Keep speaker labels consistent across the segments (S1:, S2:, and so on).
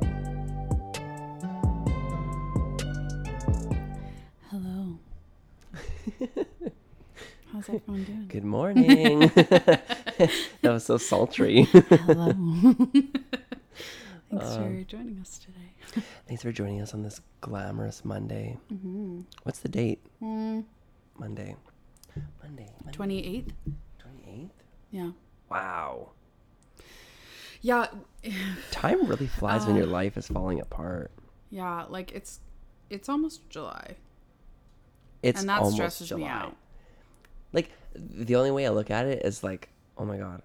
S1: How's everyone doing?
S2: Good morning. that was so sultry.
S1: Hello. Thanks for
S2: Um,
S1: joining us today.
S2: Thanks for joining us on this glamorous Monday.
S1: Mhm.
S2: What's the date?
S1: Mm,
S2: Monday. Monday. Monday
S1: 28th?
S2: 28th?
S1: Yeah.
S2: Wow.
S1: Yeah.
S2: Time really flies
S1: Uh,
S2: when your life is falling apart.
S1: Yeah. Like it's it's almost July.
S2: It's
S1: and that
S2: almost
S1: stresses
S2: July.
S1: me out.
S2: Like the only way I look at it is like, oh my god,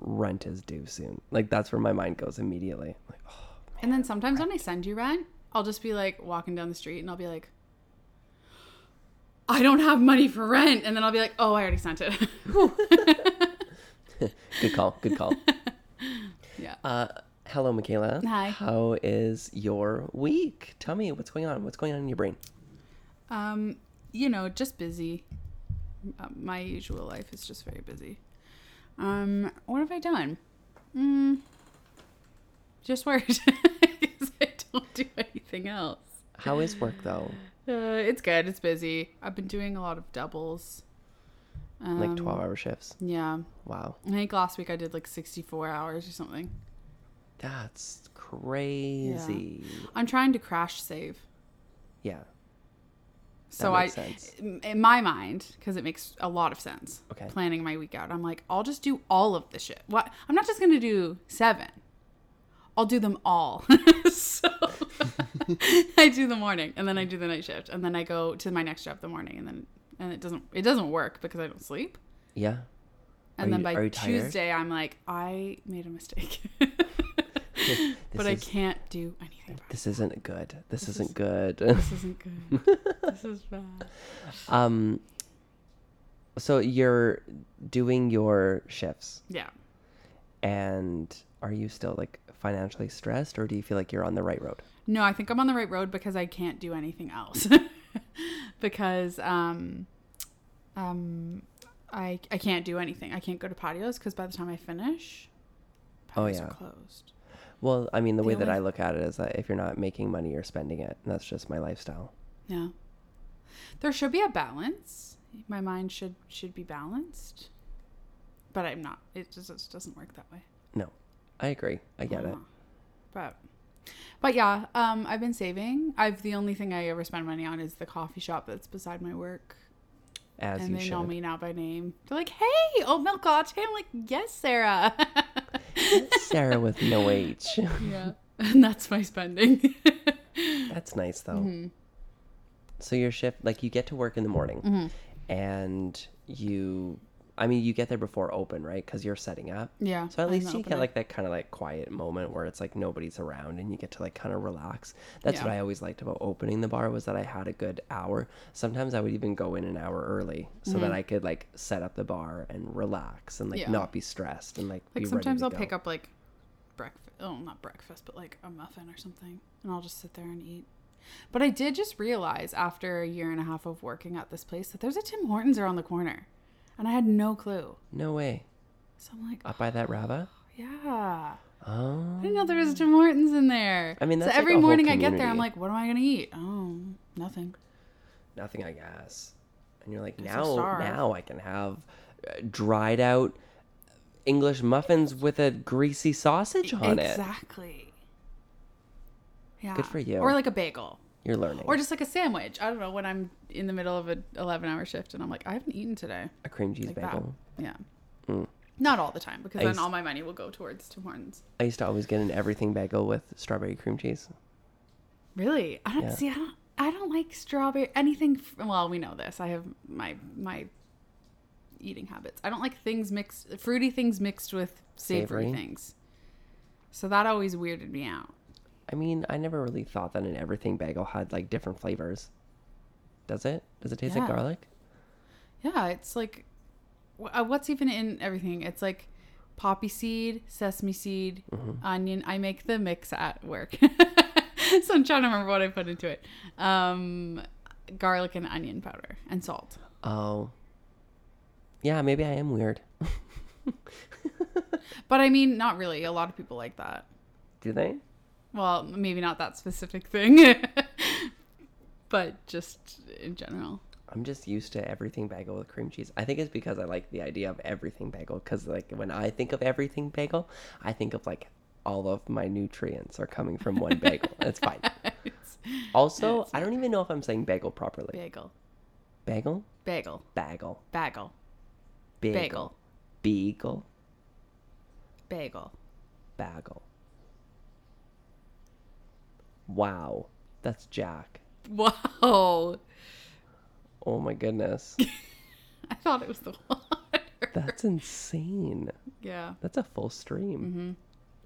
S2: rent is due soon. Like that's where my mind goes immediately. Like, oh,
S1: And then sometimes when I send you rent, I'll just be like walking down the street and I'll be like, I don't have money for rent. And then I'll be like, oh, I already sent it.
S2: good call. Good call.
S1: yeah.
S2: Uh, hello, Michaela.
S1: Hi.
S2: How is your week? Tell me what's going on. What's going on in your brain?
S1: Um, you know, just busy. Uh, my usual life is just very busy. Um, what have I done? Mm, just worked. 'Cause I don't do anything else.
S2: How is work though?
S1: Uh, it's good. It's busy. I've been doing a lot of doubles. Um,
S2: Like twelve-hour shifts.
S1: Yeah.
S2: Wow,
S1: I think last week I did like 64 hours or something.
S2: that's crazy.
S1: I'm trying to crash save.
S2: Yeah.
S1: So
S2: makes
S1: I,
S2: sense.
S1: in- in my mind, because it makes a lot of sense.
S2: Okay.
S1: Planning my week out, I'm like, I'll just do all of the shit. What? I'm not just gonna do seven. I'll do them all. so I do the morning, and then I do the night shift, and then I go to my next job the morning, and then and it doesn't it doesn't work because I don't sleep.
S2: Yeah.
S1: And
S2: Are
S1: then
S2: you-
S1: by
S2: are you tired?
S1: Tuesday, I'm like, I made a mistake,
S2: This
S1: but I
S2: is-
S1: can't do anything. About it.
S2: This isn't good. This, isn't
S1: is-
S2: good.
S1: This isn't good. this is bad.
S2: um. So you're doing your shifts,
S1: Yeah.
S2: and are you still like financially stressed, or do you feel like you're on the right road?
S1: No, I think I'm on the right road because I can't do anything else. because um um I I can't do anything. I can't go to patios because by the time I finish,
S2: Oh,
S1: patios
S2: yeah.
S1: are closed.
S2: Well, I mean, the way
S1: The
S2: that I
S1: only-
S2: look at it is that if you're not making money, you're spending it. And that's just my lifestyle.
S1: Yeah. There should be a balance. My mind should should be balanced. But I'm not. It just, it just doesn't work that way.
S2: No, I agree. I get it.
S1: Uh, But but yeah, um I've been saving. I've the only thing I ever spend money on is the coffee shop that's beside my work.
S2: As
S1: and
S2: you
S1: they
S2: should.
S1: know me now by name. They're like, "Hey, oat milk latte." I'm like, "Yes, Sarah."
S2: Sarah with no H.
S1: yeah, and that's my spending.
S2: That's nice though.
S1: Mm-hmm.
S2: So your shift, like you get to work in the morning,
S1: Mm-hmm.
S2: and you, I mean, you get there before open, right? Because you're setting up.
S1: yeah.
S2: So at
S1: I'm
S2: least
S1: the
S2: you
S1: opener.
S2: get like that kind of like quiet moment where it's like nobody's around and you get to like kind of relax. That's what
S1: Yeah.
S2: I always liked about opening the bar was that I had a good hour. Sometimes I would even go in an hour early so that I could like set up the bar and relax and like
S1: Mm-hmm. Yeah.
S2: not be stressed and like
S1: like
S2: be
S1: sometimes I'll
S2: ready to
S1: pick
S2: go.
S1: up like breakfast. Oh, not breakfast, but like a muffin or something, and I'll just sit there and eat. But I did just realize after a year and a half of working at this place that there's a Tim Hortons around the corner, and I had no clue.
S2: No way.
S1: So I'm like,
S2: Up by that Rava?
S1: yeah.
S2: Oh.
S1: I didn't know there was Tim Hortons in there.
S2: I mean, that's,
S1: so
S2: like,
S1: every
S2: a whole
S1: morning I get there, I'm
S2: community.
S1: like, what am I gonna eat? Oh, nothing.
S2: Nothing I guess. And you're like,
S1: I'm
S2: now
S1: so starved."
S2: now I can have uh, dried out English muffins with a greasy sausage on it.
S1: exactly. Yeah.
S2: Good for you.
S1: Or like a bagel,
S2: You're learning.
S1: or just like a sandwich. I don't know when I'm in the middle of an 11 hour shift and I'm like, I haven't eaten today.
S2: a cream cheese
S1: Like
S2: bagel.
S1: that. Yeah.
S2: Mm.
S1: Not all the time because
S2: I
S1: then
S2: used-
S1: all my money will go towards Tim Hortons.
S2: I used to always get an everything bagel with strawberry cream cheese.
S1: Really? I don't
S2: Yeah.
S1: see. I don't. I don't like strawberry anything. f- Well, we know this. I have my my eating habits. I don't like things mixed, fruity things mixed with savory,
S2: Savory?
S1: things. So that always weirded me out.
S2: I mean, I never really thought that an everything bagel had like different flavors. Does it? Does it taste like
S1: Yeah.
S2: garlic?
S1: Yeah, it's like wh- uh, what's even in everything. It's like poppy seed, sesame seed, onion. I make the mix at work, so I'm trying to remember what I put into it. Um, garlic and onion powder and salt.
S2: Oh. Yeah, maybe I am weird.
S1: But I mean, not really. A lot of people like that.
S2: Do they?
S1: Well, maybe not that specific thing, but just in general.
S2: I'm just used to everything bagel with cream cheese. I think it's because I like the idea of everything bagel. Because like when I think of everything bagel, I think of like all of my nutrients are coming from one bagel. That's fine.
S1: It's
S2: Also,
S1: It's
S2: I don't even know if I'm saying bagel properly.
S1: bagel.
S2: Bagel,
S1: Bagel.
S2: bagel,
S1: Bagel.
S2: bagel,
S1: Bagel.
S2: beagle,
S1: Bagel.
S2: bagel. Wow, that's Jack.
S1: Whoa.
S2: Oh my goodness,
S1: I thought it was the water.
S2: that's insane.
S1: yeah.
S2: That's a full stream.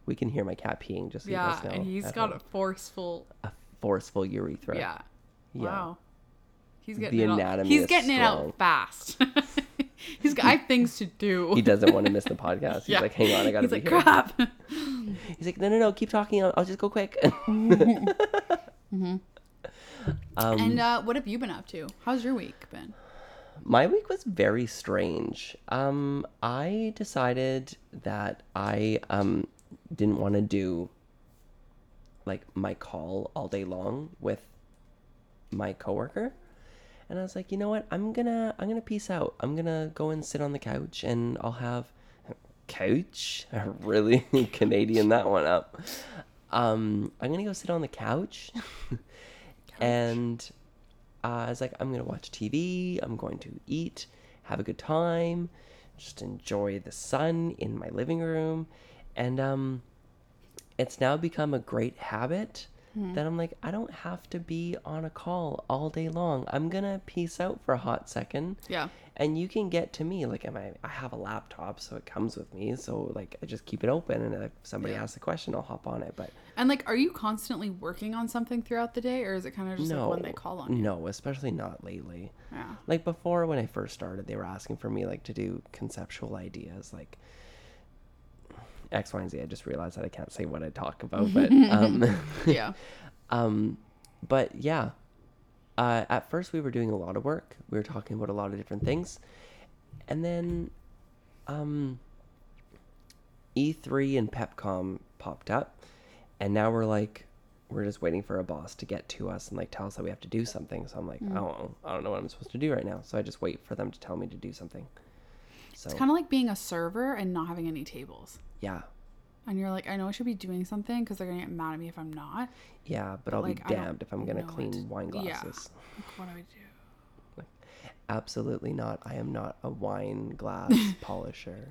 S2: We can hear my cat peeing. Just so you
S1: Mm-hmm. Yeah.
S2: guys know
S1: And he's
S2: at
S1: got
S2: home.
S1: a forceful.
S2: a, forceful urethra.
S1: Yeah.
S2: Yeah.
S1: Wow. He's getting
S2: The
S1: it out.
S2: anatomy
S1: He's
S2: is
S1: getting it
S2: strong.
S1: out fast. he's got I have things to do.
S2: He doesn't want to miss the podcast. He's
S1: Yeah.
S2: like, "Hang on, I gotta
S1: He's like,
S2: be here."
S1: crap.
S2: He's like, "No, no, no, keep talking. I'll, I'll just go quick." Um,
S1: and uh, what have you been up to? How's your week been?
S2: my week was very strange. Um, I decided that I um didn't want to do like my call all day long with my coworker. And I was like, you know what? I'm gonna I'm gonna peace out. I'm gonna go and sit on the couch and I'll have couch. I really Canadian that one up. Um, I'm gonna go sit on the couch, and uh, I was like, I'm gonna watch TV. I'm going to eat, have a good time, just enjoy the sun in my living room, and um, it's now become a great habit
S1: Hmm.
S2: that I'm like, I don't have to be on a call all day long. I'm gonna peace out for a hot second
S1: Yeah.
S2: and you can get to me like am I, I have a laptop so it comes with me so like i just keep it open and if somebody
S1: Yeah.
S2: asks a question i'll hop on it but
S1: And like, are you constantly working on something throughout the day, or is it kind of just
S2: no
S1: like when they call on you?
S2: no especially not lately
S1: Yeah.
S2: like before when i first started they were asking for me like to do conceptual ideas like x y and z i just realized that i can't say what i talk about but um
S1: Yeah.
S2: Um, but yeah, uh, at first we were doing a lot of work. We were talking about a lot of different things, and then, um, E3 and Pepcom popped up, and now we're like, we're just waiting for a boss to get to us and like tell us that we have to do something. So I'm
S1: Mm.
S2: like, I don't, know. I don't know what I'm supposed to do right now. So I just wait for them to tell me to do something. So
S1: It's kind of like being a server and not having any tables.
S2: yeah,
S1: And you're like, I know I should be doing something because they're going to get mad at me if I'm not.
S2: yeah, but I'll
S1: like, I
S2: be
S1: don't
S2: damned if I'm gonna
S1: know what
S2: clean
S1: to-
S2: wine
S1: yeah.
S2: glasses.
S1: Like, what do I do?
S2: Absolutely not. I am not a wine glass polisher.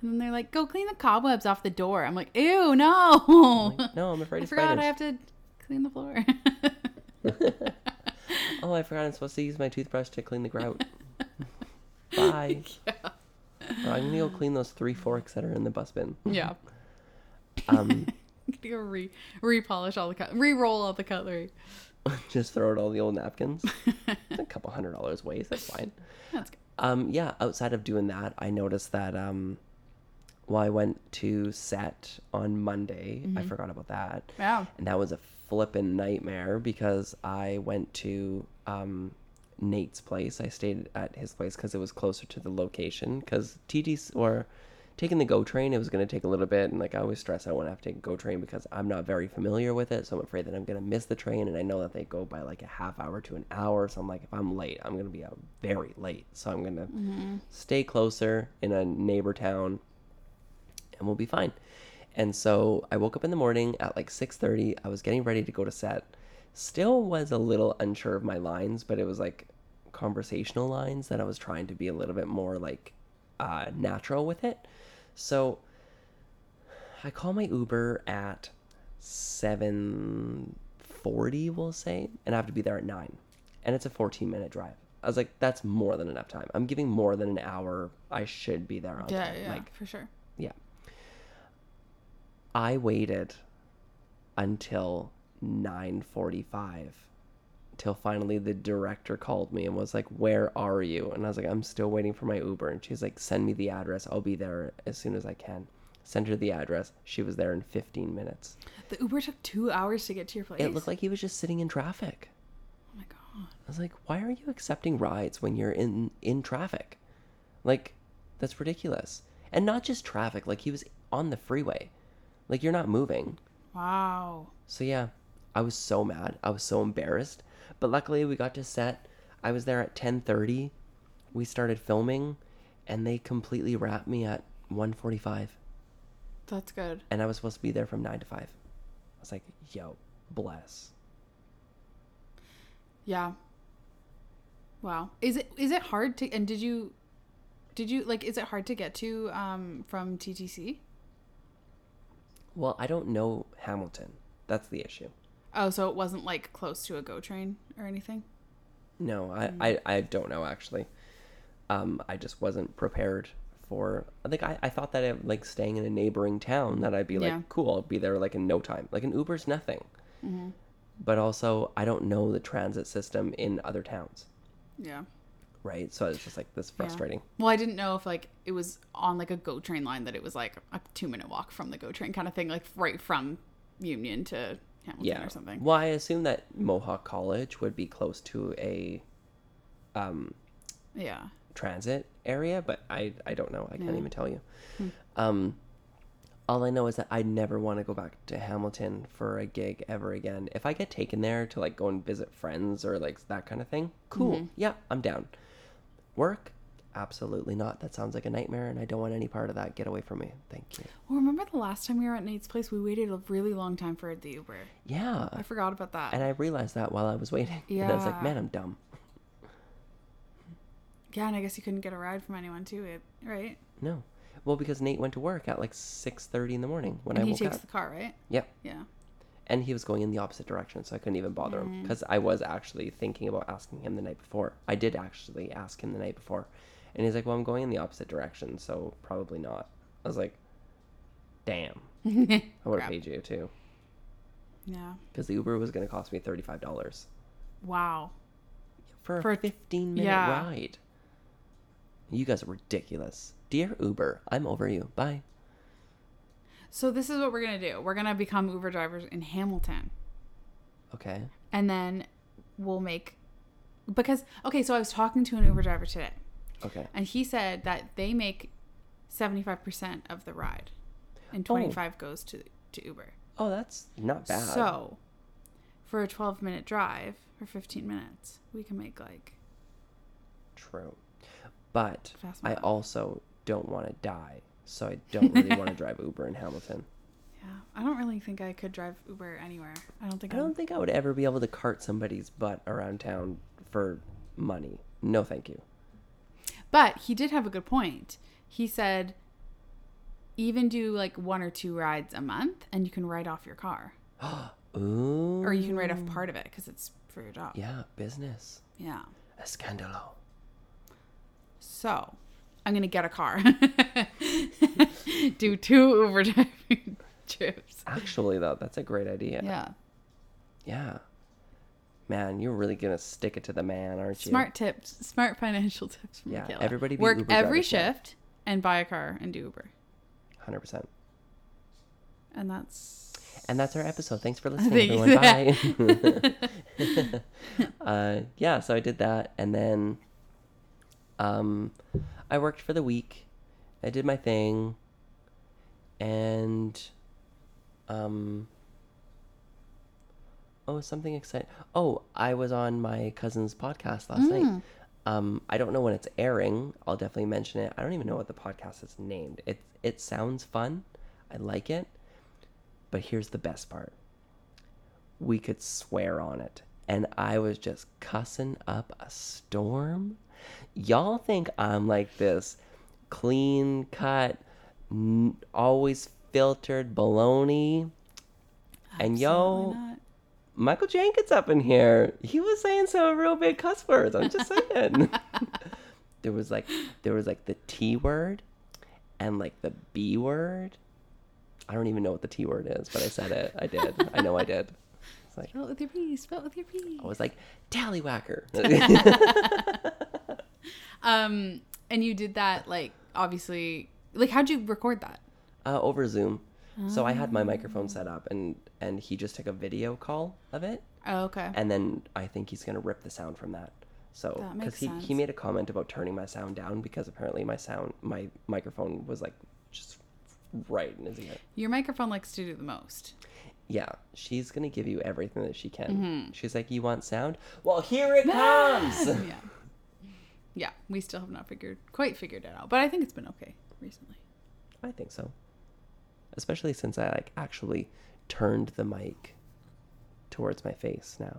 S1: And then they're like, go clean the cobwebs off the door. I'm like, ew, no.
S2: Like, no, I'm afraid
S1: I
S2: of
S1: forgot
S2: spiders.
S1: I have to clean the floor.
S2: Oh, I forgot I'm supposed to use my toothbrush to clean the grout. Bye. Or I'm gonna go clean those three forks that are in the bus bin.
S1: yeah.
S2: Um,
S1: I'm gonna go re repolish all the cut, re roll all the cutlery.
S2: just throw out all the old napkins. It's a couple hundred dollars waste. That's fine.
S1: That's good.
S2: Um, yeah. Outside of doing that, I noticed that um, well, I went to set on Monday. I
S1: Mm-hmm.
S2: forgot about that.
S1: Yeah.
S2: and that was a flippin' nightmare because I went to um, Nate's place. I stayed at his place because it was closer to the location. Because TTs or taking the Go train, it was gonna take a little bit, and like I always stress out when I have to take a Go train because I'm not very familiar with it, so I'm afraid that I'm gonna miss the train. And I know that they go by like a half hour to an hour, so I'm like, if I'm late, I'm gonna be out very late. So I'm gonna stay closer in a neighbor town and we'll be fine. And so I woke up in the morning at like 6:30. I was getting ready to go to set. Still was a little unsure of my lines, but it was like conversational lines that I was trying to be a little bit more like uh, natural with it. So I call my Uber at 7:40, we'll say, and I have to be there at 9. And it's a 14-minute drive. I was like, that's more than enough time. I'm giving more than an hour. I should be there on
S1: Yeah,
S2: time.
S1: yeah,
S2: Like
S1: for sure.
S2: yeah. I waited until 9:45 till finally the director called me and was like, "Where are you?" And I was like, "I'm still waiting for my Uber." And she's like, "Send me the address. I'll be there as soon as I can." Send her the address. She was there in 15 minutes.
S1: The Uber took two hours to get to your place.
S2: It looked like he was just sitting in traffic.
S1: oh my god.
S2: I was like, why are you accepting rides when you're in in traffic? Like, that's ridiculous. And not just traffic, like he was on the freeway. Like you're not moving.
S1: Wow.
S2: So yeah, I was so mad. I was so embarrassed. But luckily we got to set. I was there at 10:30. We started filming and they completely wrapped me at 1:45
S1: That's good.
S2: and I was supposed to be there from 9 to 5. I was like, "Yo, bless."
S1: Yeah. Wow. Is it is it hard to and did you did you like is it hard to get to um from TTC?
S2: Well, I don't know Hamilton. That's the issue.
S1: Oh, so it wasn't like close to a go train or anything?
S2: No, I,
S1: Mm.
S2: I, I don't know actually. Um, I just wasn't prepared for. Like I, I thought that I, like staying in a neighboring town that I'd be like,
S1: Yeah.
S2: cool, I'll be there like in no time. Like an Uber's nothing.
S1: Mm-hmm.
S2: But also, I don't know the transit system in other towns,
S1: Yeah.
S2: right? So it's just like this
S1: Yeah.
S2: frustrating.
S1: Well, I didn't know if like it was on like a go train line that it was like a two minute walk from the go train kind of thing, like right from Union to Hamilton
S2: Yeah.
S1: or something.
S2: Well, I assume that Mohawk College would be close to a
S1: Yeah.
S2: transit area, but I, I don't know. I can't even tell you.
S1: Hmm.
S2: Um, all I know is that I never want to go back to Hamilton for a gig ever again. If I get taken there to like go and visit friends or like that kind of thing, cool.
S1: Mm-hmm.
S2: Yeah, I'm down. Work? Absolutely not. That sounds like a nightmare, and I don't want any part of that. Get away from me. Thank you.
S1: Well, remember the last time we were at Nate's place, we waited a really long time for the Uber.
S2: Yeah.
S1: I forgot about that.
S2: Uh, And I realized that while I was waiting. And I was like,
S1: Yeah.
S2: man, I'm dumb.
S1: yeah, and I guess you couldn't get a ride from anyone too, it right?
S2: No. Well, because Nate went to work at like 6.30 in the morning when
S1: And
S2: I
S1: he
S2: woke
S1: takes
S2: up.
S1: the car, right?
S2: Yeah.
S1: Yeah.
S2: and he was going in the opposite direction so i couldn't even bother him
S1: Mm.
S2: because i was actually thinking about asking him the night before i did actually ask him the night before and he's like well i'm going in the opposite direction so probably not i was like damn i would have
S1: Crap.
S2: paid you too
S1: Yeah.
S2: because the uber was going to cost me $35
S1: Wow.
S2: for a
S1: For a-
S2: 15 minute
S1: yeah.
S2: ride you guys are ridiculous dear uber i'm over you bye
S1: So this is what we're gonna do. We're gonna become Uber drivers in Hamilton.
S2: okay
S1: and then we'll make because okay so i was talking to an uber driver today
S2: okay
S1: and he said that they make 75% of the ride and
S2: Oh.
S1: 25 goes to to uber
S2: oh that's not bad
S1: so for a 12 minute drive or 15 minutes we can make like
S2: True. But
S1: Fast
S2: I
S1: mile.
S2: also don't want to die, so I don't really want to drive Uber in Hamilton.
S1: yeah i don't really think i could drive uber anywhere i don't think
S2: I
S1: i'm
S2: don't think I would ever be able to cart somebody's butt around town for money. No, thank you.
S1: But he did have a good point. He said, even do like one or two rides a month and you can write off your car
S2: Ooh.
S1: or you can write off
S2: Mm.
S1: part of it because it's for your job.
S2: Yeah, business.
S1: Yeah.
S2: A scandalo.
S1: So I'm going to get a car, do two Uber driving trips.
S2: Actually, though, that's a great idea.
S1: Yeah.
S2: Yeah. Man, you're really gonna stick it to the man, aren't you?
S1: Smart tips, smart financial tips from
S2: Yeah,
S1: Michaela.
S2: everybody be
S1: Work
S2: Uber
S1: every
S2: drivers now.
S1: shift and buy a car and do Uber.
S2: Hundred percent.
S1: And that's.
S2: And that's our episode. Thanks for listening,
S1: Thanks.
S2: everyone. Bye. uh, yeah, so I did that, and then um, I worked for the week. I did my thing, and um, oh, something exciting. Oh, I was on my cousin's podcast last
S1: Mm.
S2: night. Um, I don't know when it's airing. I'll definitely mention it. I don't even know what the podcast is named. It it sounds fun. I like it. But here's the best part we could swear on it. And I was just cussing up a storm. Y'all think I'm like this clean cut, n- always filtered baloney. And yo,
S1: Absolutely not.
S2: Michael Jenkins up in here. He was saying some real big cuss words. I'm just saying. there was like there was like the T word and like the B word. I don't even know what the T word is, but I said it. I did. I know I did. It's like
S1: Spell it with your P, spell it with your P.
S2: I was like tallywhacker.
S1: Um, and you did that like obviously like how'd you record that?
S2: uh, over Zoom. So I had my microphone set up and and he just took a video call of it
S1: Oh, okay.
S2: and then I think he's gonna rip the sound from that. So
S1: That
S2: because
S1: makes
S2: he,
S1: sense.
S2: he made a comment about turning my sound down because apparently my sound my microphone was like just right in his ear.
S1: Your microphone likes to do the most.
S2: yeah, she's gonna give you everything that she can.
S1: Mm-hmm.
S2: She's like, you want sound? Well, here it comes.
S1: yeah. Yeah, we still have not figured quite figured it out, but I think it's been okay recently.
S2: I think so. Especially since I like actually turned the mic towards my face now.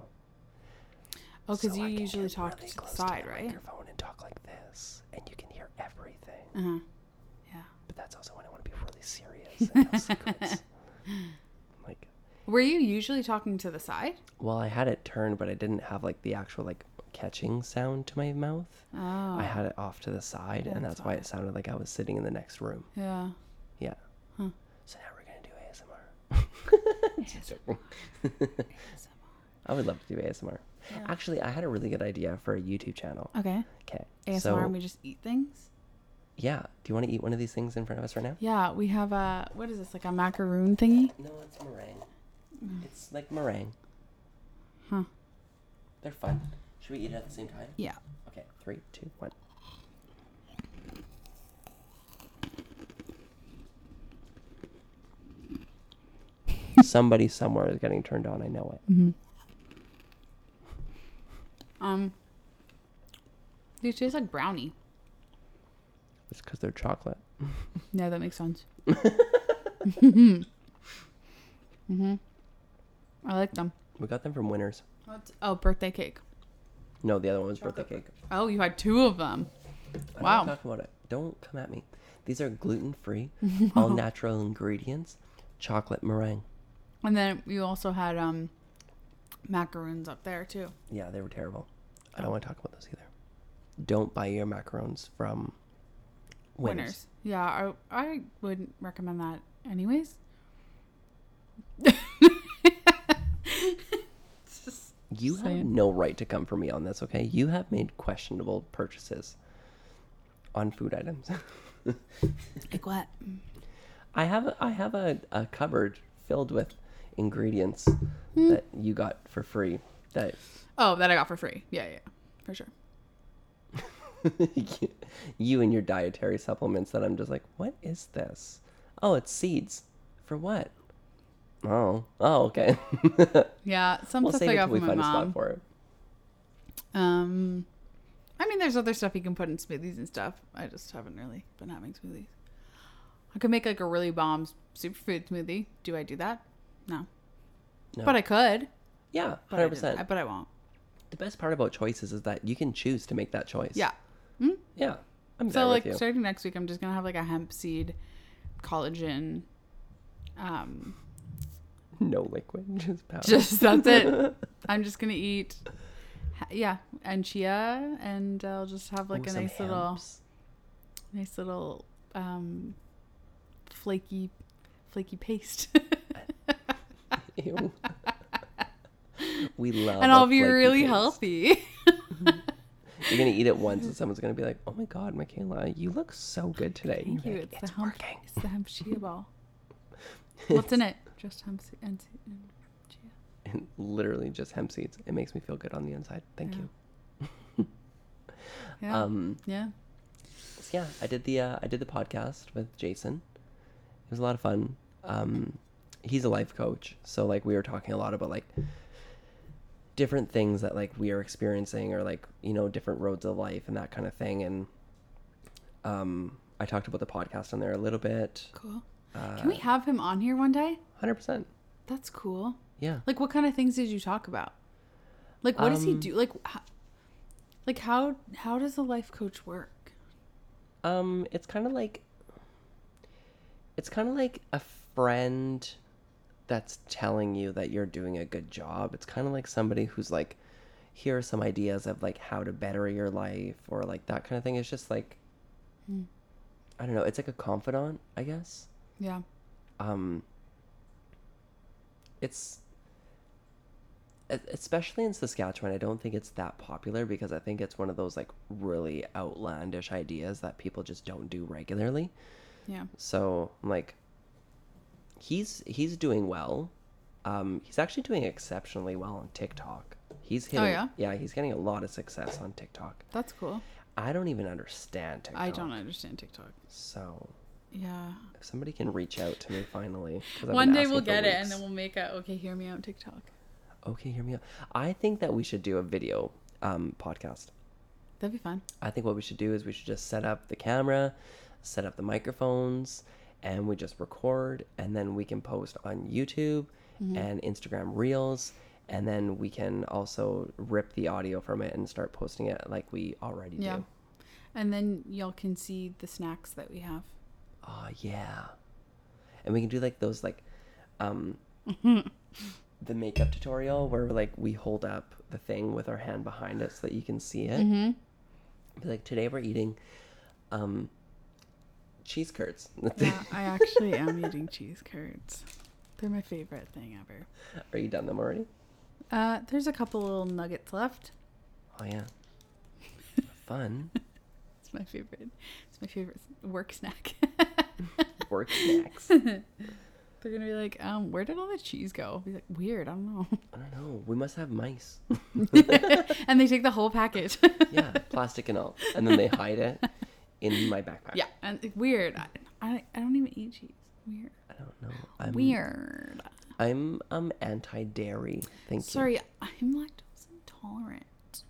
S1: Oh, because
S2: So
S1: you
S2: I can
S1: usually
S2: get
S1: talk
S2: really
S1: to the
S2: close
S1: side,
S2: my
S1: right?
S2: Microphone and talk like this, and you can hear everything.
S1: Uh huh. Yeah.
S2: But that's also when I want to be really serious and have secrets. like,
S1: Were you usually talking to the side?
S2: well, I had it turned, but I didn't have like the actual like catching sound to my mouth.
S1: Oh.
S2: I had it off to the side, and
S1: That's
S2: that's why it sounded like I was sitting in the next room.
S1: Yeah.
S2: Yeah.
S1: Huh.
S2: So now we're gonna do ASMR. Just joking. I would love to do ASMR. Actually, I had a really good idea for a YouTube channel.
S1: Okay.
S2: Okay.
S1: ASMR
S2: So,
S1: and we just eat things?
S2: yeah. Do you want to eat one of these things in front of us right now?
S1: Yeah, we have a what is this, like a macaroon thingy?
S2: No, it's meringue. It's like meringue.
S1: Mm. Huh.
S2: They're fun. Should we eat it at the same time?
S1: Yeah.
S2: Okay. Three, two, one. Somebody somewhere is getting turned on. I know it.
S1: Um These taste like brownie.
S2: It's because they're chocolate.
S1: Yeah, that makes sense. mm-hmm. I like them.
S2: We got them from Winners.
S1: What's, oh, birthday cake.
S2: No, the other one was birthday cake.
S1: Oh, you had two of them.
S2: I'm
S1: Wow.
S2: not talking about it. Don't come at me. These are gluten free, all natural ingredients, chocolate meringue.
S1: And then you also had um macaroons up there too.
S2: Yeah, they were terrible. I don't want to talk about those either. Don't buy your macarons from winners.
S1: Winners. Yeah, I I wouldn't recommend that anyways.
S2: You have
S1: Same.
S2: no right to come for me on this, okay? You have made questionable purchases on food items.
S1: Like what?
S2: I have I have a, a cupboard filled with ingredients
S1: Hmm.
S2: that you got for free that
S1: Oh, that I got for free. Yeah, yeah, for sure.
S2: you and your dietary supplements that I'm just like, what is this? Oh, it's seeds. For what? Oh, oh, okay.
S1: Yeah, some
S2: we'll
S1: stuff
S2: save
S1: I
S2: it
S1: got
S2: till we
S1: from my
S2: find a
S1: mom.
S2: spot for it.
S1: Um, I mean, there's other stuff you can put in smoothies and stuff. I just haven't really been having smoothies. I could make like a really bomb superfood smoothie. Do I do that? No.
S2: No.
S1: But I could.
S2: Yeah,
S1: But I
S2: hundred
S1: didn't. I
S2: percent.
S1: But I won't.
S2: The best part about choices is that you can choose to make that choice.
S1: Yeah.
S2: yeah. I'm there
S1: So like
S2: with you.
S1: starting next week, I'm just gonna have like a hemp seed, collagen. Um,
S2: No liquid, just powder.
S1: just that's it. I'm just gonna eat. Yeah, and chia, and I'll just have like a
S2: Ooh, some
S1: nice little,
S2: hams.
S1: nice little, um, flaky, flaky paste.
S2: Ew. we love.
S1: and
S2: our
S1: I'll be
S2: flaky
S1: really
S2: things.
S1: healthy.
S2: You're gonna eat it once, and someone's gonna be like, "Oh my God, Michaela, you look so good today."
S1: Thank
S2: You're
S1: you.
S2: like,
S1: It's, the hemp.
S2: working.
S1: It's the hemp chia ball. What's in it? Just hemp se- and, se- and chia.
S2: and literally just hemp seeds. It makes me feel good on the inside. Thank
S1: Yeah.
S2: you.
S1: Yeah.
S2: Um,
S1: yeah.
S2: so yeah, I did the uh, I did the podcast with Jason. It was a lot of fun. Um, he's a life coach, so like we were talking a lot about like different things that like we are experiencing or like you know different roads of life and that kind of thing. And um, I talked about the podcast on there a little bit. Uh,
S1: Cool. Can we have him on here one day?
S2: Hundred percent.
S1: That's cool.
S2: Yeah.
S1: Like, what kind of things did you talk about? Like, what does he
S2: Um,
S1: do? Like, how, like how how does a life coach work?
S2: Um, it's kind of like it's kind of like a friend that's telling you that you're doing a good job. It's kind of like somebody who's like, here are some ideas of like how to better your life or like that kind of thing. It's just like, I don't know. It's like a confidant, I guess.
S1: Yeah.
S2: Um, it's e- especially in Saskatchewan. I don't think it's that popular because I think it's one of those like really outlandish ideas that people just don't do regularly.
S1: Yeah.
S2: So I'm like, he's he's doing well. Um, he's actually doing exceptionally well on TikTok. He's hitting,
S1: Oh, yeah?
S2: he's getting a lot of success on TikTok.
S1: That's cool.
S2: I don't even understand TikTok.
S1: I don't understand TikTok.
S2: So
S1: Yeah.
S2: If somebody can reach out to me finally. 'cause I've
S1: One
S2: been
S1: day
S2: asking
S1: we'll
S2: for
S1: get it and
S2: weeks.
S1: then we'll make a okay, hear me out TikTok.
S2: Okay, hear me out. I think that we should do a video um, podcast.
S1: That'd be fun.
S2: I think what we should do is we should just set up the camera, set up the microphones, and we just record, and then we can post on YouTube and Instagram Reels, and then we can also rip the audio from it and start posting it like we already
S1: Yeah.
S2: do.
S1: And then y'all can see the snacks that we have.
S2: Oh yeah, and we can do like those like, um, the makeup tutorial where like we hold up the thing with our hand behind us so that you can see it.
S1: Mm-hmm.
S2: Be like today we're eating, um, cheese curds.
S1: Yeah, I actually am eating cheese curds. They're my favorite thing ever.
S2: Are you done them already?
S1: Uh, there's a couple little nuggets left.
S2: Oh yeah, fun
S1: It's my favorite. It's my favorite s- work snack.
S2: work snacks.
S1: They're gonna be like, um, where did all the cheese go? I'll be like, weird. I don't know.
S2: I don't know. We must have mice.
S1: and they take the whole package.
S2: yeah, plastic and all, and then they hide it in my backpack.
S1: yeah, and it's weird. I, I, I don't even eat cheese. Weird.
S2: I don't know. I'm
S1: weird.
S2: I'm um anti dairy. Thank you.
S1: Sorry, I'm lactose intolerant.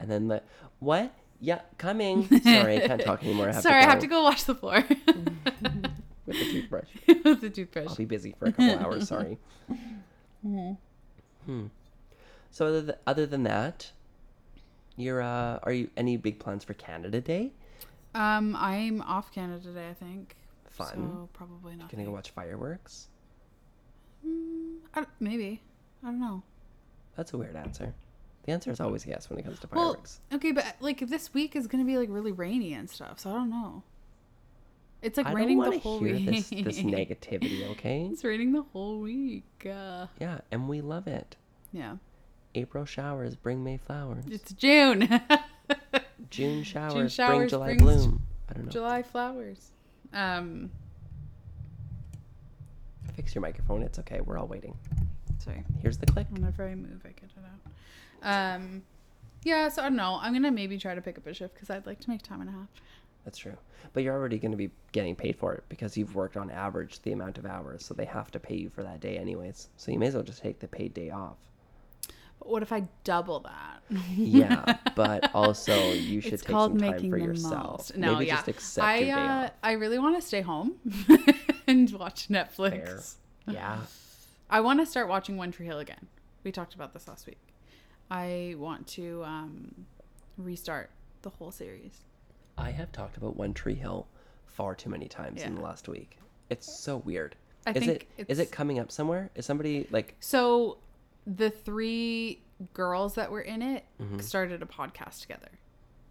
S2: And then the what? Yeah, coming. Sorry, I can't talk anymore. I have
S1: Sorry,
S2: to
S1: I have to go wash the floor
S2: with the toothbrush.
S1: with the toothbrush.
S2: I'll be busy for a couple hours. Sorry.
S1: Mm-hmm.
S2: Hmm. So other, th- other than that, you're uh, are you any big plans for Canada Day?
S1: Um, I'm off Canada today, I think.
S2: Fun.
S1: So probably not.
S2: Gonna go watch fireworks?
S1: Mm, I don't- maybe. I don't know.
S2: That's a weird answer. The answer is always yes when it comes to
S1: Well,
S2: fireworks.
S1: okay, but like this week is gonna be like really rainy and stuff, so I don't know. It's like
S2: I don't
S1: raining the
S2: want to
S1: whole
S2: hear
S1: week.
S2: this this negativity. Okay.
S1: it's raining the whole week. Uh,
S2: Yeah, and we love it.
S1: yeah,
S2: April showers bring May flowers.
S1: it's June.
S2: June showers, bring
S1: showers
S2: July
S1: brings
S2: bloom. I don't know.
S1: July flowers. Um,
S2: Fix your microphone. It's okay. We're all waiting.
S1: sorry.
S2: Here's the click.
S1: Whenever I move, I get it out. Um, yeah, so I don't know. I'm gonna maybe try to pick up a shift because I'd like to make time and a half.
S2: That's true. But you're already going to be getting paid for it because you've worked on average the amount of hours, so they have to pay you for that day anyways. So you may as well just take the paid day off.
S1: But what if I double that?
S2: Yeah, but also you should
S1: it's
S2: take
S1: called
S2: some time
S1: making
S2: for
S1: the
S2: yourself.
S1: most. No,
S2: Maybe
S1: yeah.
S2: just accept
S1: I
S2: your day
S1: uh,
S2: off.
S1: I really want to stay home and watch Netflix.
S2: Fair.
S1: uh,
S2: Yeah.
S1: I want to start watching One Tree Hill again. We talked about this last week. I want to um, restart the whole series.
S2: I have talked about One Tree Hill far too many times in
S1: Yeah.
S2: the last week. It's so weird.
S1: I
S2: is
S1: think
S2: it is
S1: it's-
S2: it coming up somewhere? Is somebody like
S1: So the three girls that were in it started a podcast together.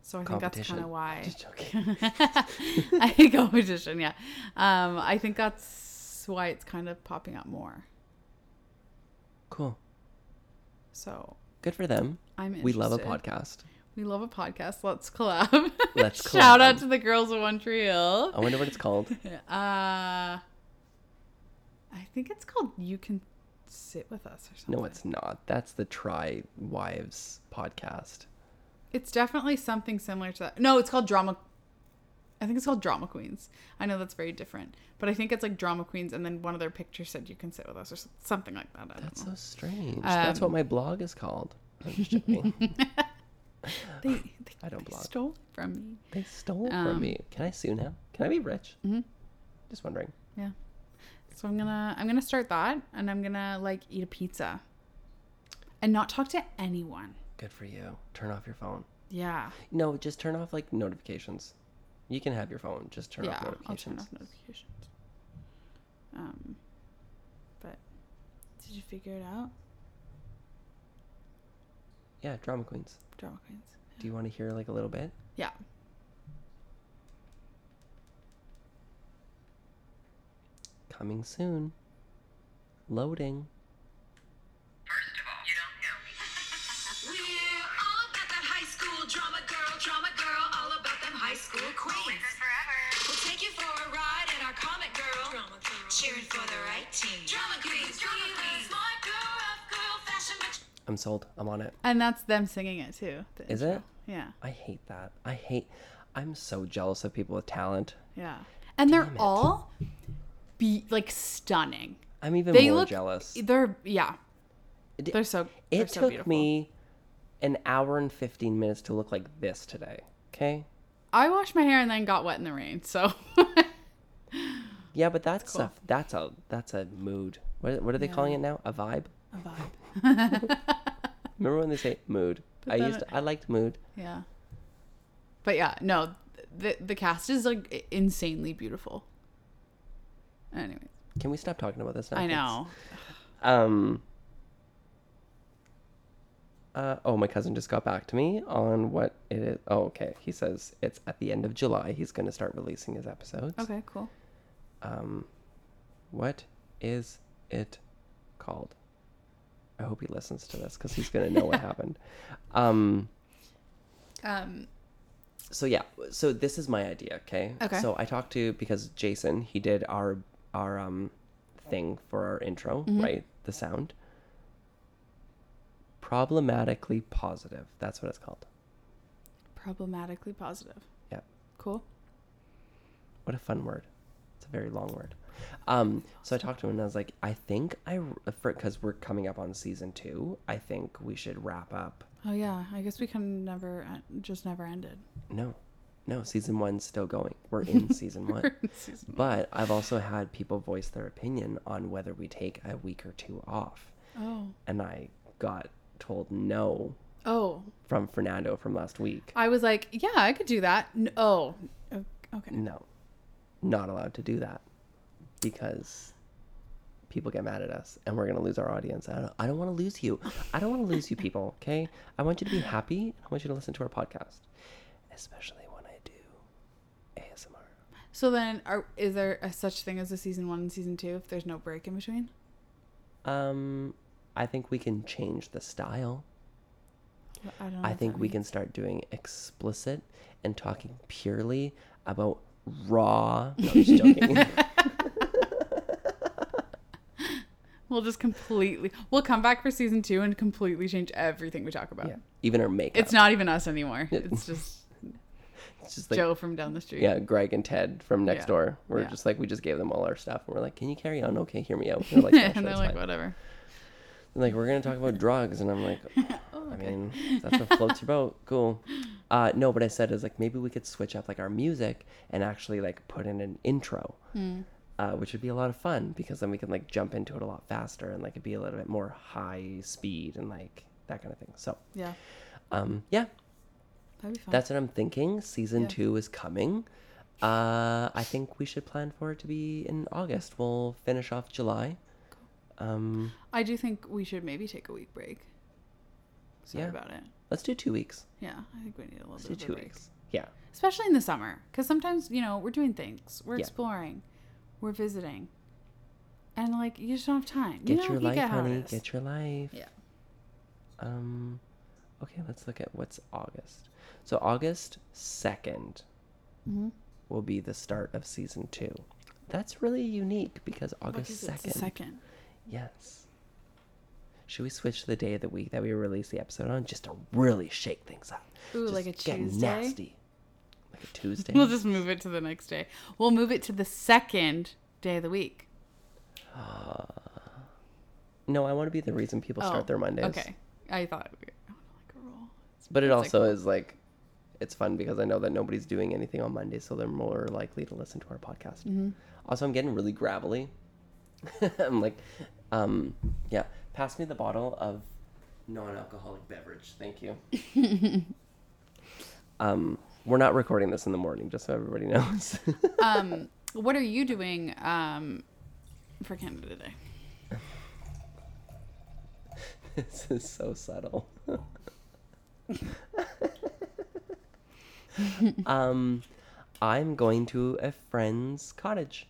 S1: So I think that's
S2: Mm-hmm. competition?
S1: kind of why
S2: Just joking.
S1: I think competition. Yeah, um, I think that's why it's kind of popping up more.
S2: cool.
S1: So
S2: Good for them.
S1: I'm interested.
S2: We love a podcast.
S1: We love a podcast. Let's collab.
S2: Let's
S1: Shout out
S2: collab.
S1: to the girls of One Tree Hill.
S2: I wonder what it's called.
S1: Uh, I think it's called "You Can Sit with Us" or something.
S2: No, it's not. That's the Try Wives podcast.
S1: It's definitely something similar to that. No, it's called drama. I think it's called drama queens. I know that's very different, but I think it's like drama queens, and then one of their pictures said "You Can Sit with Us" or s- something like that. I don't
S2: That's
S1: know.
S2: so strange. That's what my blog is called. I'm just joking.
S1: They, they,
S2: I don't
S1: they
S2: blog.
S1: stole it from me.
S2: they stole from me. Can I sue now? Can I be rich? Um, Mm-hmm. Just wondering.
S1: Yeah. So I'm gonna I'm gonna start that, and I'm gonna like eat a pizza, and not talk to anyone.
S2: Good for you. Turn off your phone.
S1: Yeah.
S2: No, just turn off like notifications. You can have your phone. Just turn
S1: yeah,
S2: off
S1: I'll turn
S2: notifications.
S1: off notifications. Um, but did you figure it out,
S2: Yeah, drama queens.
S1: drama queens?
S2: Do you want to hear like a little bit?
S1: Yeah.
S2: Coming soon. Loading.
S3: You don't know me. We're all about that high school drama girl, drama girl, all about them high school queens. We'll take you for a ride in our comic girl, drama girl, cheering for the right team. Drama queens, drama queens, smart girl, rough girl, fashion bitch.
S2: I'm sold. I'm on it.
S1: And that's them singing it too. the
S2: Is
S1: intro.
S2: it?
S1: Yeah.
S2: I hate that. I hate. I'm so jealous of people with talent.
S1: Yeah. And they're all be like stunning.
S2: I'm even
S1: They
S2: more
S1: look
S2: jealous.
S1: They're yeah.
S2: It-
S1: They're so they're
S2: It
S1: so
S2: took
S1: beautiful.
S2: me an hour and 15 minutes to look like this today. Okay?
S1: I washed my hair and then got wet in the rain, so
S2: Yeah, but that's a that's a that's a mood. What, what are they calling it now? A vibe?
S1: a vibe.
S2: Remember when they say mood? I
S1: then
S2: used
S1: it-
S2: to, I liked mood.
S1: Yeah. But yeah, no, th- the the cast is like i- insanely beautiful. Anyway,
S2: Can we stop talking about this now?
S1: I
S2: It's-
S1: know.
S2: Um. Uh, oh, my cousin just got back to me on what it is. Oh, okay. He says it's at the end of July. He's going to start releasing his episodes.
S1: Okay, cool.
S2: Um, what is it called? I hope he listens to this because he's going to know what happened. Um,
S1: Um,
S2: so yeah so this is my idea okay
S1: Okay.
S2: so i talked to because jason he did our our um thing for our intro right the sound problematically positive that's what it's called
S1: problematically positive.
S2: Yep.
S1: Cool.
S2: what a fun word it's a very long word um so i talked to him and i was like i think i because we're coming up on season two i think we should wrap up
S1: Oh yeah, I guess we can never en- just never ended.
S2: no no season one's still going we're in season one
S1: Season-
S2: But I've also had people voice their opinion on whether we take a week or two off.
S1: oh.
S2: And I got told no
S1: Oh,
S2: from Fernando from last week.
S1: I was like, yeah, I could do that. N- oh. O- Okay.
S2: No, not allowed to do that because people get mad at us and we're going to lose our audience. I don't, I don't want to lose you. I don't want to lose you, people, okay? I want you to be happy. I want you to listen to our podcast, especially when I do ASMR.
S1: So then, are is there a such thing as a season one and season two if there's no break in between?
S2: Um, I think we can change the style.
S1: I don't. Know
S2: I
S1: what
S2: think
S1: that
S2: we
S1: means.
S2: can start doing explicit and talking purely about raw. No, I'm just joking.
S1: We'll just completely. We'll come back for season two and completely change everything we talk about.
S2: yeah. Even our makeup.
S1: It's not even us anymore. It's just
S2: It's just like
S1: Joe from down the street.
S2: yeah, Greg and Ted from next
S1: Yeah.
S2: door. We're
S1: Yeah.
S2: just like we just gave them all our stuff. And we're like, can you carry on? Okay, hear me out. And they're like, "Yeah, sure,
S1: and they're
S2: it's
S1: like,
S2: fine."
S1: whatever.
S2: They're like, we're gonna talk about drugs, and I'm like, I mean, if that's what floats your boat. Cool. Uh, no, but I said is like maybe we could switch up like our music and actually like put in an intro, uh, which would be a lot of fun because then we can like jump into it a lot faster and like it'd be a little bit more high speed and like that kind of thing. So,
S1: Yeah,
S2: um, yeah,
S1: that'd be fun.
S2: that's what I'm thinking. Season
S1: Yeah.
S2: two is coming. Uh, I think we should plan for it to be in August. We'll finish off July. Um,
S1: I do think we should maybe take a week break. Sorry
S2: Yeah.
S1: about it.
S2: let's do two weeks.
S1: Yeah, I think we need a little
S2: Let's do
S1: bit of
S2: two
S1: a break,
S2: weeks. Yeah.
S1: especially in the summer, because sometimes you know we're doing things, we're
S2: Yeah.
S1: exploring, we're visiting, and like you just don't have time.
S2: Get
S1: you know,
S2: your
S1: you
S2: life,
S1: get how it
S2: honey.
S1: is.
S2: Get your life.
S1: Yeah.
S2: Um, okay, let's look at what's August. So August 2nd
S1: Mhm.
S2: will be the start of season two. That's really unique because August
S1: Because it's the
S2: second.
S1: second.
S2: Yes. Should we switch the day of the week that we release the episode on just to really shake things up?
S1: Ooh,
S2: Just
S1: like a
S2: get
S1: Tuesday?
S2: Nasty. Like a Tuesday.
S1: We'll just move it to the next day. We'll move it to the second day of the week.
S2: no, I want to be the reason people
S1: Oh,
S2: start their Mondays.
S1: Okay, I thought we I don't like a rule.
S2: But it
S1: It's like-
S2: also is like, it's fun because I know that nobody's doing anything on Monday, so they're more likely to listen to our podcast. Also, I'm getting really gravelly. I'm like, um, yeah, pass me the bottle of non-alcoholic beverage, thank you. um, we're not recording this in the morning, just so everybody knows.
S1: um, what are you doing um, for Canada Day?
S2: this is so subtle. um, I'm going to a friend's cottage.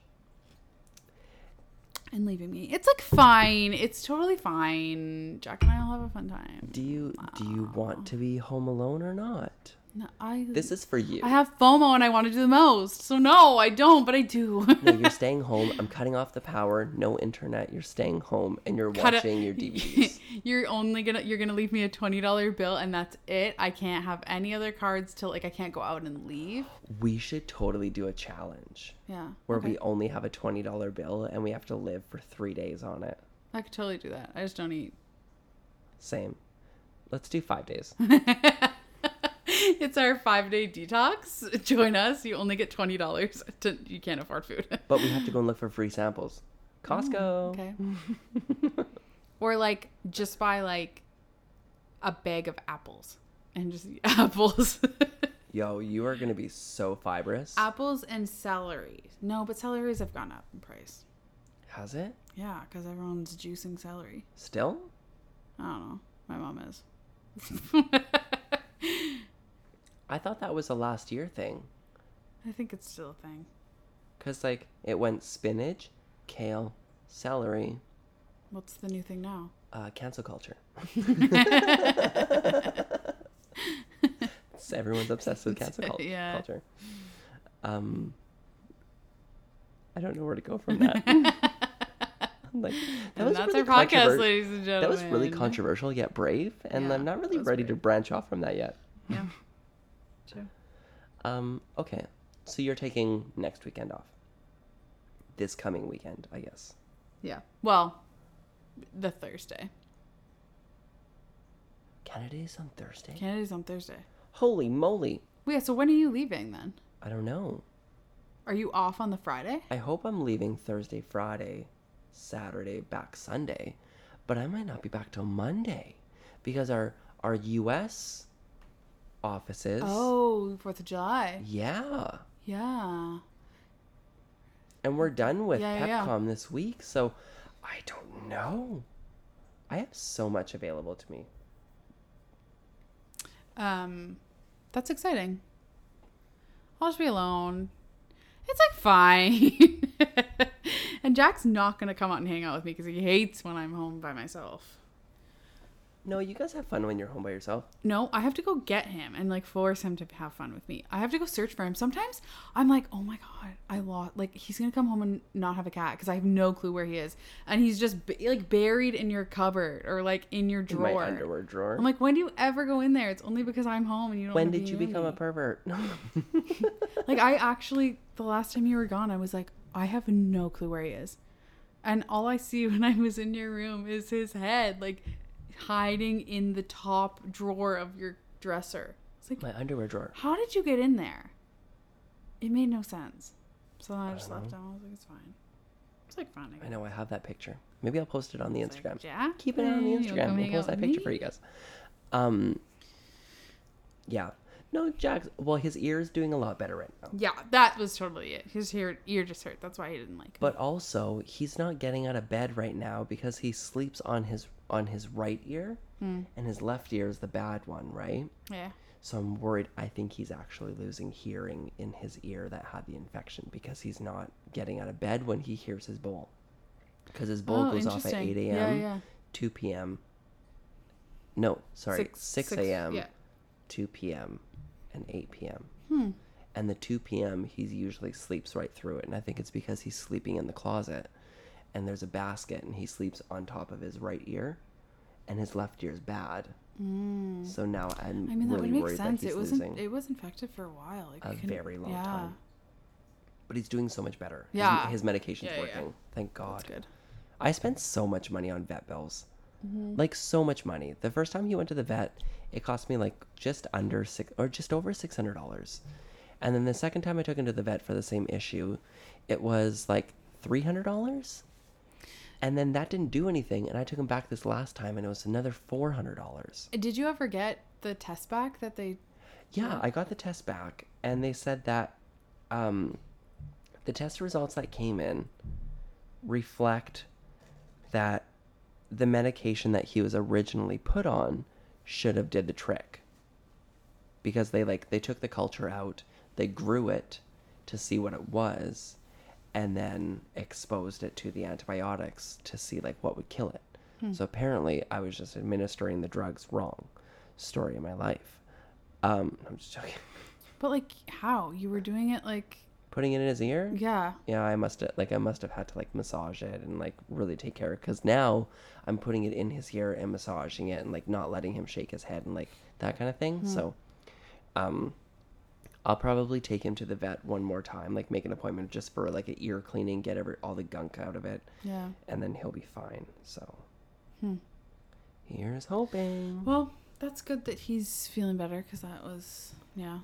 S1: And leaving me. It's like fine. It's totally fine. Jack and I will have a fun time.
S2: Do you do you want to be home alone or not?
S1: No, I
S2: This is for you.
S1: I have FOMO and I want to do the most. So no, I don't, but I do.
S2: no, you're staying home. I'm cutting off the power. No internet. You're staying home and you're
S1: Gotta-
S2: watching your DVDs.
S1: you're only gonna you're gonna leave me a twenty dollar bill and that's it. I can't have any other cards till like I can't go out and leave.
S2: we should totally do a challenge
S1: Yeah.
S2: where
S1: okay.
S2: we only have a $20 bill and we have to live for three days on it.
S1: I could totally do that. I just don't eat.
S2: Same. Let's do five days.
S1: it's our five day detox. Join us. You only get twenty dollars. You can't afford food.
S2: but we have to go and look for free samples. Costco.
S1: Mm, okay. or like just buy like a bag of apples and just eat apples.
S2: Yo, you are going to be so fibrous.
S1: apples and celery. No, but celeries have gone up in price.
S2: Has it?
S1: Yeah, because everyone's juicing celery.
S2: Still?
S1: I don't know. My mom is.
S2: I thought that was a last year thing.
S1: I think it's still a thing.
S2: Because, like, it went spinach, kale, celery,
S1: What's the new thing now?
S2: uh, cancel culture. So Everyone's obsessed with cancel cul-
S1: Yeah.
S2: culture. Um, I don't know where to go from that. like, that
S1: and
S2: was
S1: that's
S2: really
S1: our podcast,
S2: controver-
S1: ladies and gentlemen.
S2: That was really controversial yet brave, and
S1: Oh, Yeah,
S2: I'm not really
S1: that was
S2: ready to
S1: brave.
S2: branch off from that yet.
S1: Yeah. True.
S2: Um, okay, so you're taking next weekend off. This coming weekend, I guess.
S1: Yeah. Well, the Thursday.
S2: Canada is on Thursday.
S1: Canada's on Thursday.
S2: Holy moly!
S1: Well, yeah, so when are you leaving then?
S2: I don't know.
S1: Are you off on the Friday?
S2: I hope I'm leaving Thursday, Friday, Saturday, back Sunday, but I might not be back till Monday because our our U.S. offices.
S1: Oh, 4th of July.
S2: Yeah,
S1: Yeah.
S2: and we're done with
S1: Yeah, yeah, yeah.
S2: PepCom this week, so I don't know. I have so much available to me.
S1: Um, that's exciting. I'll just be alone. It's like fine. and Jack's not gonna come out and hang out with me because he hates when I'm home by myself.
S2: No, you guys have fun when you're home by yourself.
S1: No, I have to go get him and like force him to have fun with me. I have to go search for him. Sometimes I'm like, oh my god, I lost. Like he's gonna come home and not have a cat because I have no clue where he is, and he's just b- like buried in your cupboard or like in your
S2: In
S1: drawer.
S2: my underwear drawer.
S1: I'm like, when do you ever go in there? It's only because I'm home and you don't.
S2: when
S1: wanna
S2: did
S1: be
S2: you
S1: near
S2: become a
S1: me."
S2: pervert? No.
S1: Like I actually the last time you were gone, I was like, I have no clue where he is. And all I see when I was in your room is his head like hiding in the top drawer of your dresser. It's like,
S2: my underwear drawer.
S1: how did you get in there? It made no sense. So I just left him. I was like, it's fine. It's like fine.
S2: I know I have that picture. Maybe I'll post it on the
S1: It's like,
S2: Instagram.
S1: Jack,
S2: Keep it on the
S1: you'll come
S2: Instagram. We'll
S1: hang
S2: post
S1: out
S2: that
S1: with
S2: picture for
S1: me?
S2: you guys. Um. Yeah. No, Jack's. Well, his ear's doing a lot better right now.
S1: Yeah, that was totally it. His ear, ear just hurt. That's why he didn't like.
S2: But also, he's not getting out of bed right now because he sleeps on his on his right ear, and his left ear is the bad one, right?
S1: it. Yeah.
S2: So I'm worried. I think he's actually losing hearing in his ear that had the infection because he's not getting out of bed when he hears his bowl. Because his bowl
S1: Oh,
S2: goes off at
S1: interesting.
S2: 8 a.m.,
S1: Yeah, yeah.
S2: 2 p.m. No, sorry, 6, a.m.,
S1: Yeah.
S2: 2 p.m., and 8 p.m.
S1: Hmm.
S2: And the 2 p.m., he usually sleeps right through it. And I think it's because he's sleeping in the closet and there's a basket and he sleeps on top of his right ear and his left ear's bad. So now I'm
S1: Mm. I mean, that
S2: really
S1: would make
S2: worried
S1: sense.
S2: that he's
S1: It was
S2: losing
S1: in, it was infected for a while. Like,
S2: a
S1: you couldn't-
S2: very long
S1: yeah,
S2: time. But he's doing so much better. His-
S1: Yeah.
S2: His, medication's
S1: Yeah, yeah,
S2: working.
S1: yeah.
S2: Thank God.
S1: That's good.
S2: I spent so much money on vet bills.
S1: Mm-hmm.
S2: Like so much money. The first time he went to the vet, it cost me like just under six or just over six hundred dollars. And then the second time I took him to the vet for the same issue, it was like three hundred dollars. And then that didn't do anything, and I took him back this last time, and it was another four hundred dollars.
S1: Uh, Did you ever get the test back that they?
S2: Yeah, I got the test back, and they said that um, the test results that came in reflect that the medication that he was originally put on should have did the trick because they like they took the culture out, they grew it to see what it was, and then exposed it to the antibiotics to see like what would kill it. So apparently, I was just administering the drugs wrong. Story of my life Um, I'm just joking.
S1: But like, how you were doing it? Like,
S2: Putting it in his ear.
S1: yeah,
S2: yeah i must have like i must have had to like massage it and like really take care of because now i'm putting it in his hair and massaging it and like not letting him shake his head and like that kind of thing so um i'll probably take him to the vet one more time like make an appointment just for like an ear cleaning get every all the gunk out of it
S1: yeah.
S2: and then he'll be fine so here's hoping
S1: Well, that's good that he's feeling better because that was yeah,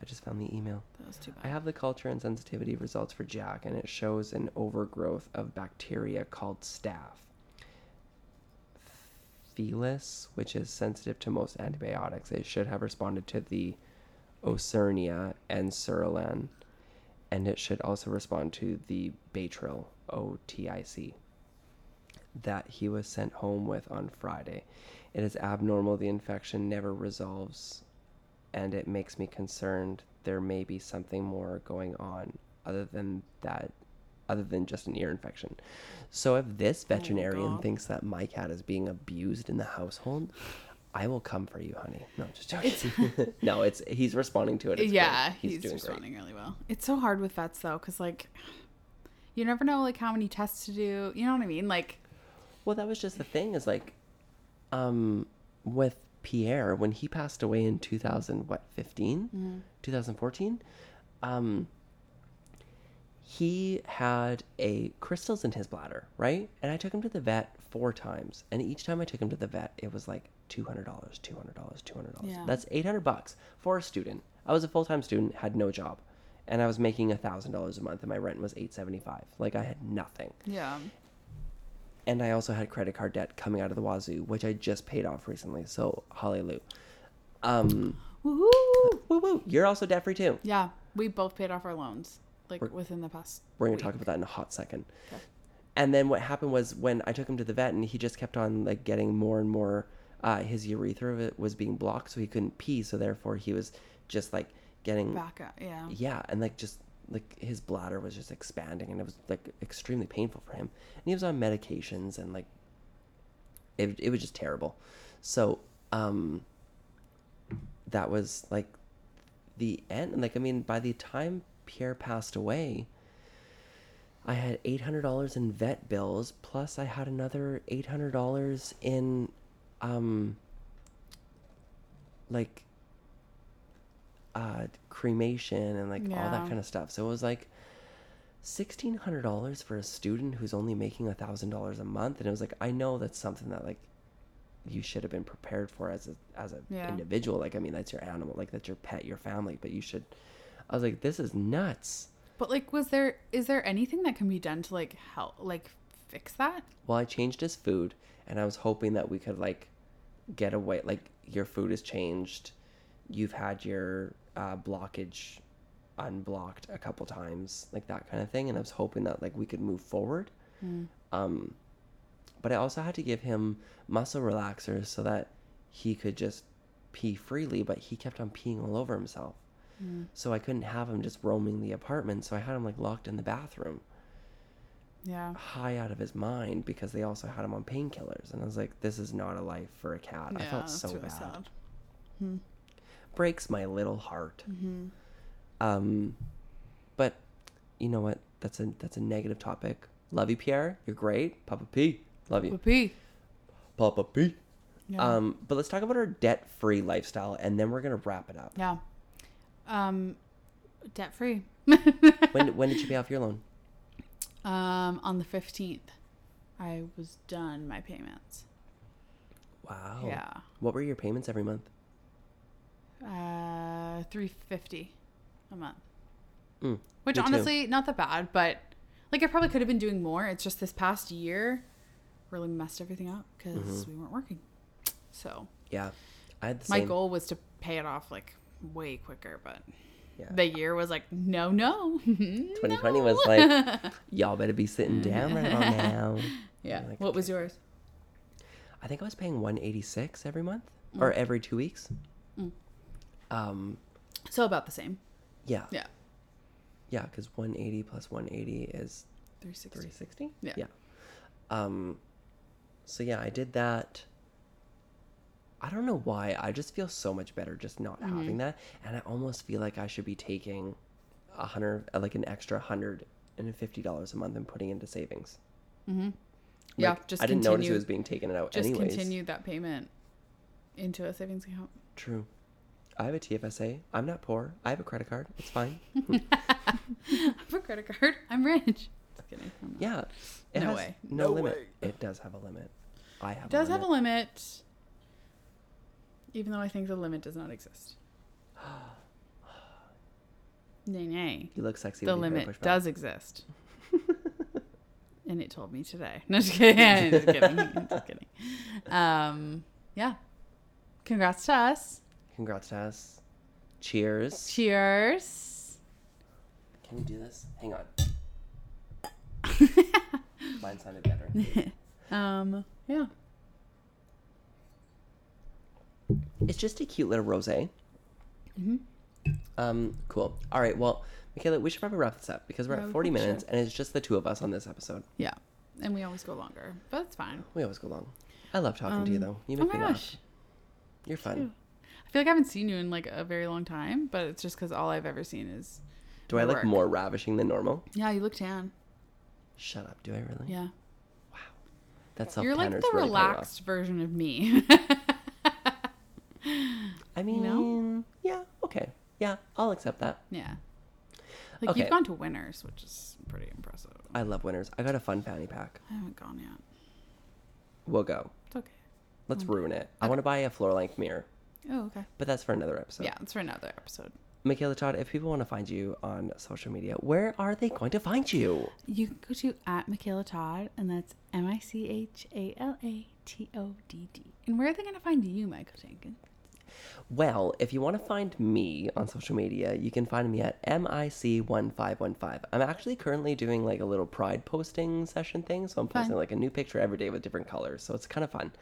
S2: i just found the email
S1: that was too
S2: I
S1: bad.
S2: have the culture and sensitivity results for Jack, and it shows an overgrowth of bacteria called staph. Felis, which is sensitive to most antibiotics, it should have responded to the Ocernia and Cerulean, and it should also respond to the Batril, O T I C, that he was sent home with on Friday. It is abnormal, the infection never resolves and it makes me concerned there may be something more going on other than that other than just an ear infection. So if this veterinarian
S1: Oh God.
S2: thinks that my cat is being abused in the household, I will come for you, honey. No, I'm just joking. no, it's he's responding to it. It's great.
S1: yeah,
S2: He's,
S1: he's,
S2: doing
S1: responding really well. It's so hard with vets though, because like, you never know like how many tests to do. You know what I mean? Like,
S2: great. Well, that was just the thing is like, um, with Pierre when he passed away in 2000 what 15 2014 um he had a crystals in his bladder, right? And I took him to the vet four times, and each time I took him to the vet, it was like two hundred dollars, two hundred dollars, two hundred dollars.
S1: Yeah.
S2: That's eight hundred bucks for a student. I was a full time student, had no job, and I was making a thousand dollars a month, and my rent was eight seventy five. Like I had nothing,
S1: yeah,
S2: and I also had credit card debt coming out of the wazoo, which I just paid off recently. So hallelujah. Um,
S1: woohoo!
S2: woo woo. You're also debt free too.
S1: Yeah, we both paid off our loans like
S2: We're-
S1: within the past.
S2: We're going
S1: week.
S2: to talk about that in a hot second. And then what happened was when I took him to the vet and he just kept on like getting more and more uh, his urethra wa- was being blocked so he couldn't pee so therefore he was just like getting
S1: back up. Yeah,
S2: yeah and like just like his bladder was just expanding and it was like extremely painful for him and he was on medications and like it, it was just terrible so um that was like the end and like i mean by the time pierre passed away i had $800 in vet bills plus i had another $800 in um like uh cremation and like all that
S1: Yeah.
S2: kind of stuff so it was like $1600 for a student who's only making $1000 a month and it was like i know that's something that like you should have been prepared for as a as an
S1: Yeah.
S2: individual like i mean that's your animal like that's your pet your family but you should i was like this is nuts
S1: but like, was there is there anything that can be done to like help like fix that?
S2: well i changed his food and i was hoping that we could like get away like your food is changed you've had your uh, blockage unblocked a couple times like that kind of thing and i was hoping that like we could move forward um but i also had to give him muscle relaxers so that he could just pee freely but he kept on peeing all over himself so i couldn't have him just roaming the apartment so i had him like locked in the bathroom
S1: Yeah,
S2: high out of his mind because they also had him on painkillers. And I was like, this is not a life for a cat. I
S1: yeah,
S2: felt
S1: that's
S2: so
S1: really
S2: bad.
S1: sad.
S2: Breaks my little heart.
S1: Mm-hmm.
S2: Um, but you know what? That's a that's a negative topic. Love you, Pierre. You're great. Papa P. Love you,
S1: Whoopee.
S2: Papa P.
S1: Yeah.
S2: Um, but let's talk about our debt-free lifestyle, and then we're gonna wrap it up.
S1: Yeah. Um, debt free.
S2: When when did you pay off your loan?
S1: um, on the fifteenth, I was done my payments.
S2: Wow.
S1: Yeah.
S2: What were your payments every month?
S1: Uh, three fifty a month.
S2: Mm,
S1: Which
S2: me too.
S1: honestly, not that bad, but like I probably could have been doing more. It's just this past year really messed everything up because we weren't working. So
S2: Yeah, I had the
S1: my
S2: same.
S1: goal was to pay it off like way quicker, but
S2: Yeah.
S1: the year was like no, no.
S2: 2020 was like, y'all better be sitting down right about now.
S1: yeah.
S2: like,
S1: what was yours?
S2: I think I was paying 186 every month
S1: Mm.
S2: or every two weeks. Um,
S1: So about the same.
S2: yeah,
S1: Yeah.
S2: yeah, because 180 plus 180 is
S1: Three sixty.
S2: 360.
S1: Yeah.
S2: yeah. Um, so yeah, I did that. I don't know why. I just feel so much better just not
S1: Mm-hmm.
S2: having that, and I almost feel like I should be taking a hundred, uh, like an extra hundred and fifty dollars a month and putting into savings.
S1: yeah,
S2: Like,
S1: just
S2: I didn't
S1: continue.
S2: notice it was being taken out.
S1: just
S2: anyways.
S1: continue that payment into a savings account.
S2: True. I have a TFSA. I'm not poor. I have a credit card. It's fine.
S1: I have a credit card. I'm rich. Just kidding. I'm not.
S2: Yeah. It
S1: No
S2: has
S1: way.
S2: No,
S4: No
S2: limit.
S4: way.
S2: It does have a limit. I have.
S1: It does
S2: a
S1: have a
S2: limit.
S1: limit, even though I think the limit does not exist. nay, nay.
S2: You look sexy.
S1: The
S2: with your hair
S1: limit
S2: pushed back.
S1: does exist. and it told me today. No, just kidding. just kidding. Just kidding. Um, yeah. Congrats to us.
S2: Congrats to us. Cheers.
S1: Cheers.
S2: Can we do this? Hang on. Mine sounded better.
S1: Um, yeah.
S2: It's just a cute little rose. Mm-hmm. Um, cool. All right. Well, Michaela, we should probably wrap this up because we're
S1: Yeah,
S2: at
S1: we
S2: 40
S1: probably
S2: minutes and it's just the two of us on this episode.
S1: Yeah. And we always go longer, but it's fine.
S2: We always go long. I love talking to you, though. You
S1: Oh
S2: make
S1: my
S2: me
S1: gosh.
S2: laugh. You're fun.
S1: I feel like I haven't seen you in like a very long time, but it's just because all I've ever seen is.
S2: Do I
S1: my
S2: look
S1: work.
S2: more ravishing than normal?
S1: Yeah, you look tan.
S2: Shut up. Do I really?
S1: Yeah.
S2: That's self
S1: You're like the
S2: really paying off.
S1: relaxed version of me.
S2: I mean,
S1: know?
S2: yeah, okay. Yeah, I'll accept that.
S1: yeah. Like
S2: Okay.
S1: you've gone to winners, which is pretty impressive. I
S2: I love winners. I got a fun fanny pack.
S1: haven't gone yet.
S2: We'll go.
S1: It's okay.
S2: Let's
S1: Mm.
S2: ruin it. I want to buy a floor length mirror,
S1: Oh, okay.
S2: but that's for another episode.
S1: Yeah, it's for another episode.
S2: Michaela Todd, if people want to find you on social media, where are they going to find you?
S1: You can go to at Michaela Todd, and that's M I C H A L A T O D D. And where are they going to find you, Michael Jenkins?
S2: Well, if you want to find me on social media, you can find me at MIC1515. I'm actually currently doing like a little pride posting session thing. So I'm posting like a new picture every day with different colors. So it's kind of fun.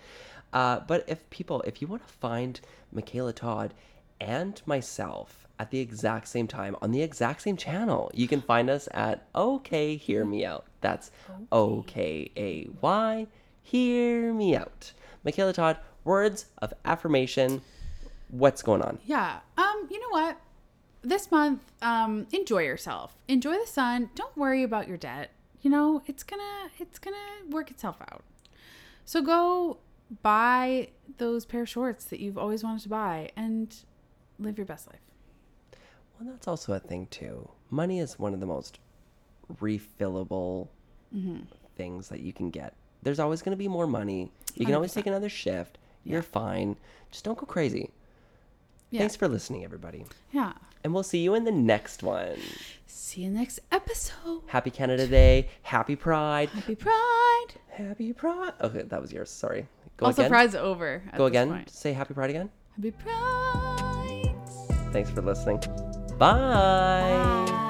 S2: Uh, but if people, if you want to find Michaela Todd and myself at the exact same time on the exact same channel, you can find us at OK Hear Me Out. That's O K A Y Hear Me Out. Michaela Todd, words of affirmation what's going on.
S1: Yeah. Um, you know what? This month, um, enjoy yourself. Enjoy the sun. Don't worry about your debt. You know, it's gonna it's gonna work itself out. So go buy those pair of shorts that you've always wanted to buy and live your best life.
S2: Well, that's also a thing too. Money is one of the most refillable things that you can get. There's always going to be more money. You can always take another shift. You're fine. Just don't go crazy.
S1: Yeah.
S2: Thanks for listening, everybody.
S1: Yeah.
S2: And we'll see you in the next one.
S1: See you next episode.
S2: Happy Canada Day. Happy Pride.
S1: Happy Pride.
S2: Happy Pride. Okay, that was yours. Sorry. Go
S1: Also,
S2: again.
S1: Pride's over. at
S2: Go
S1: this
S2: again.
S1: point.
S2: Say Happy Pride again.
S1: Happy Pride.
S2: Thanks for listening. Bye.
S1: Bye.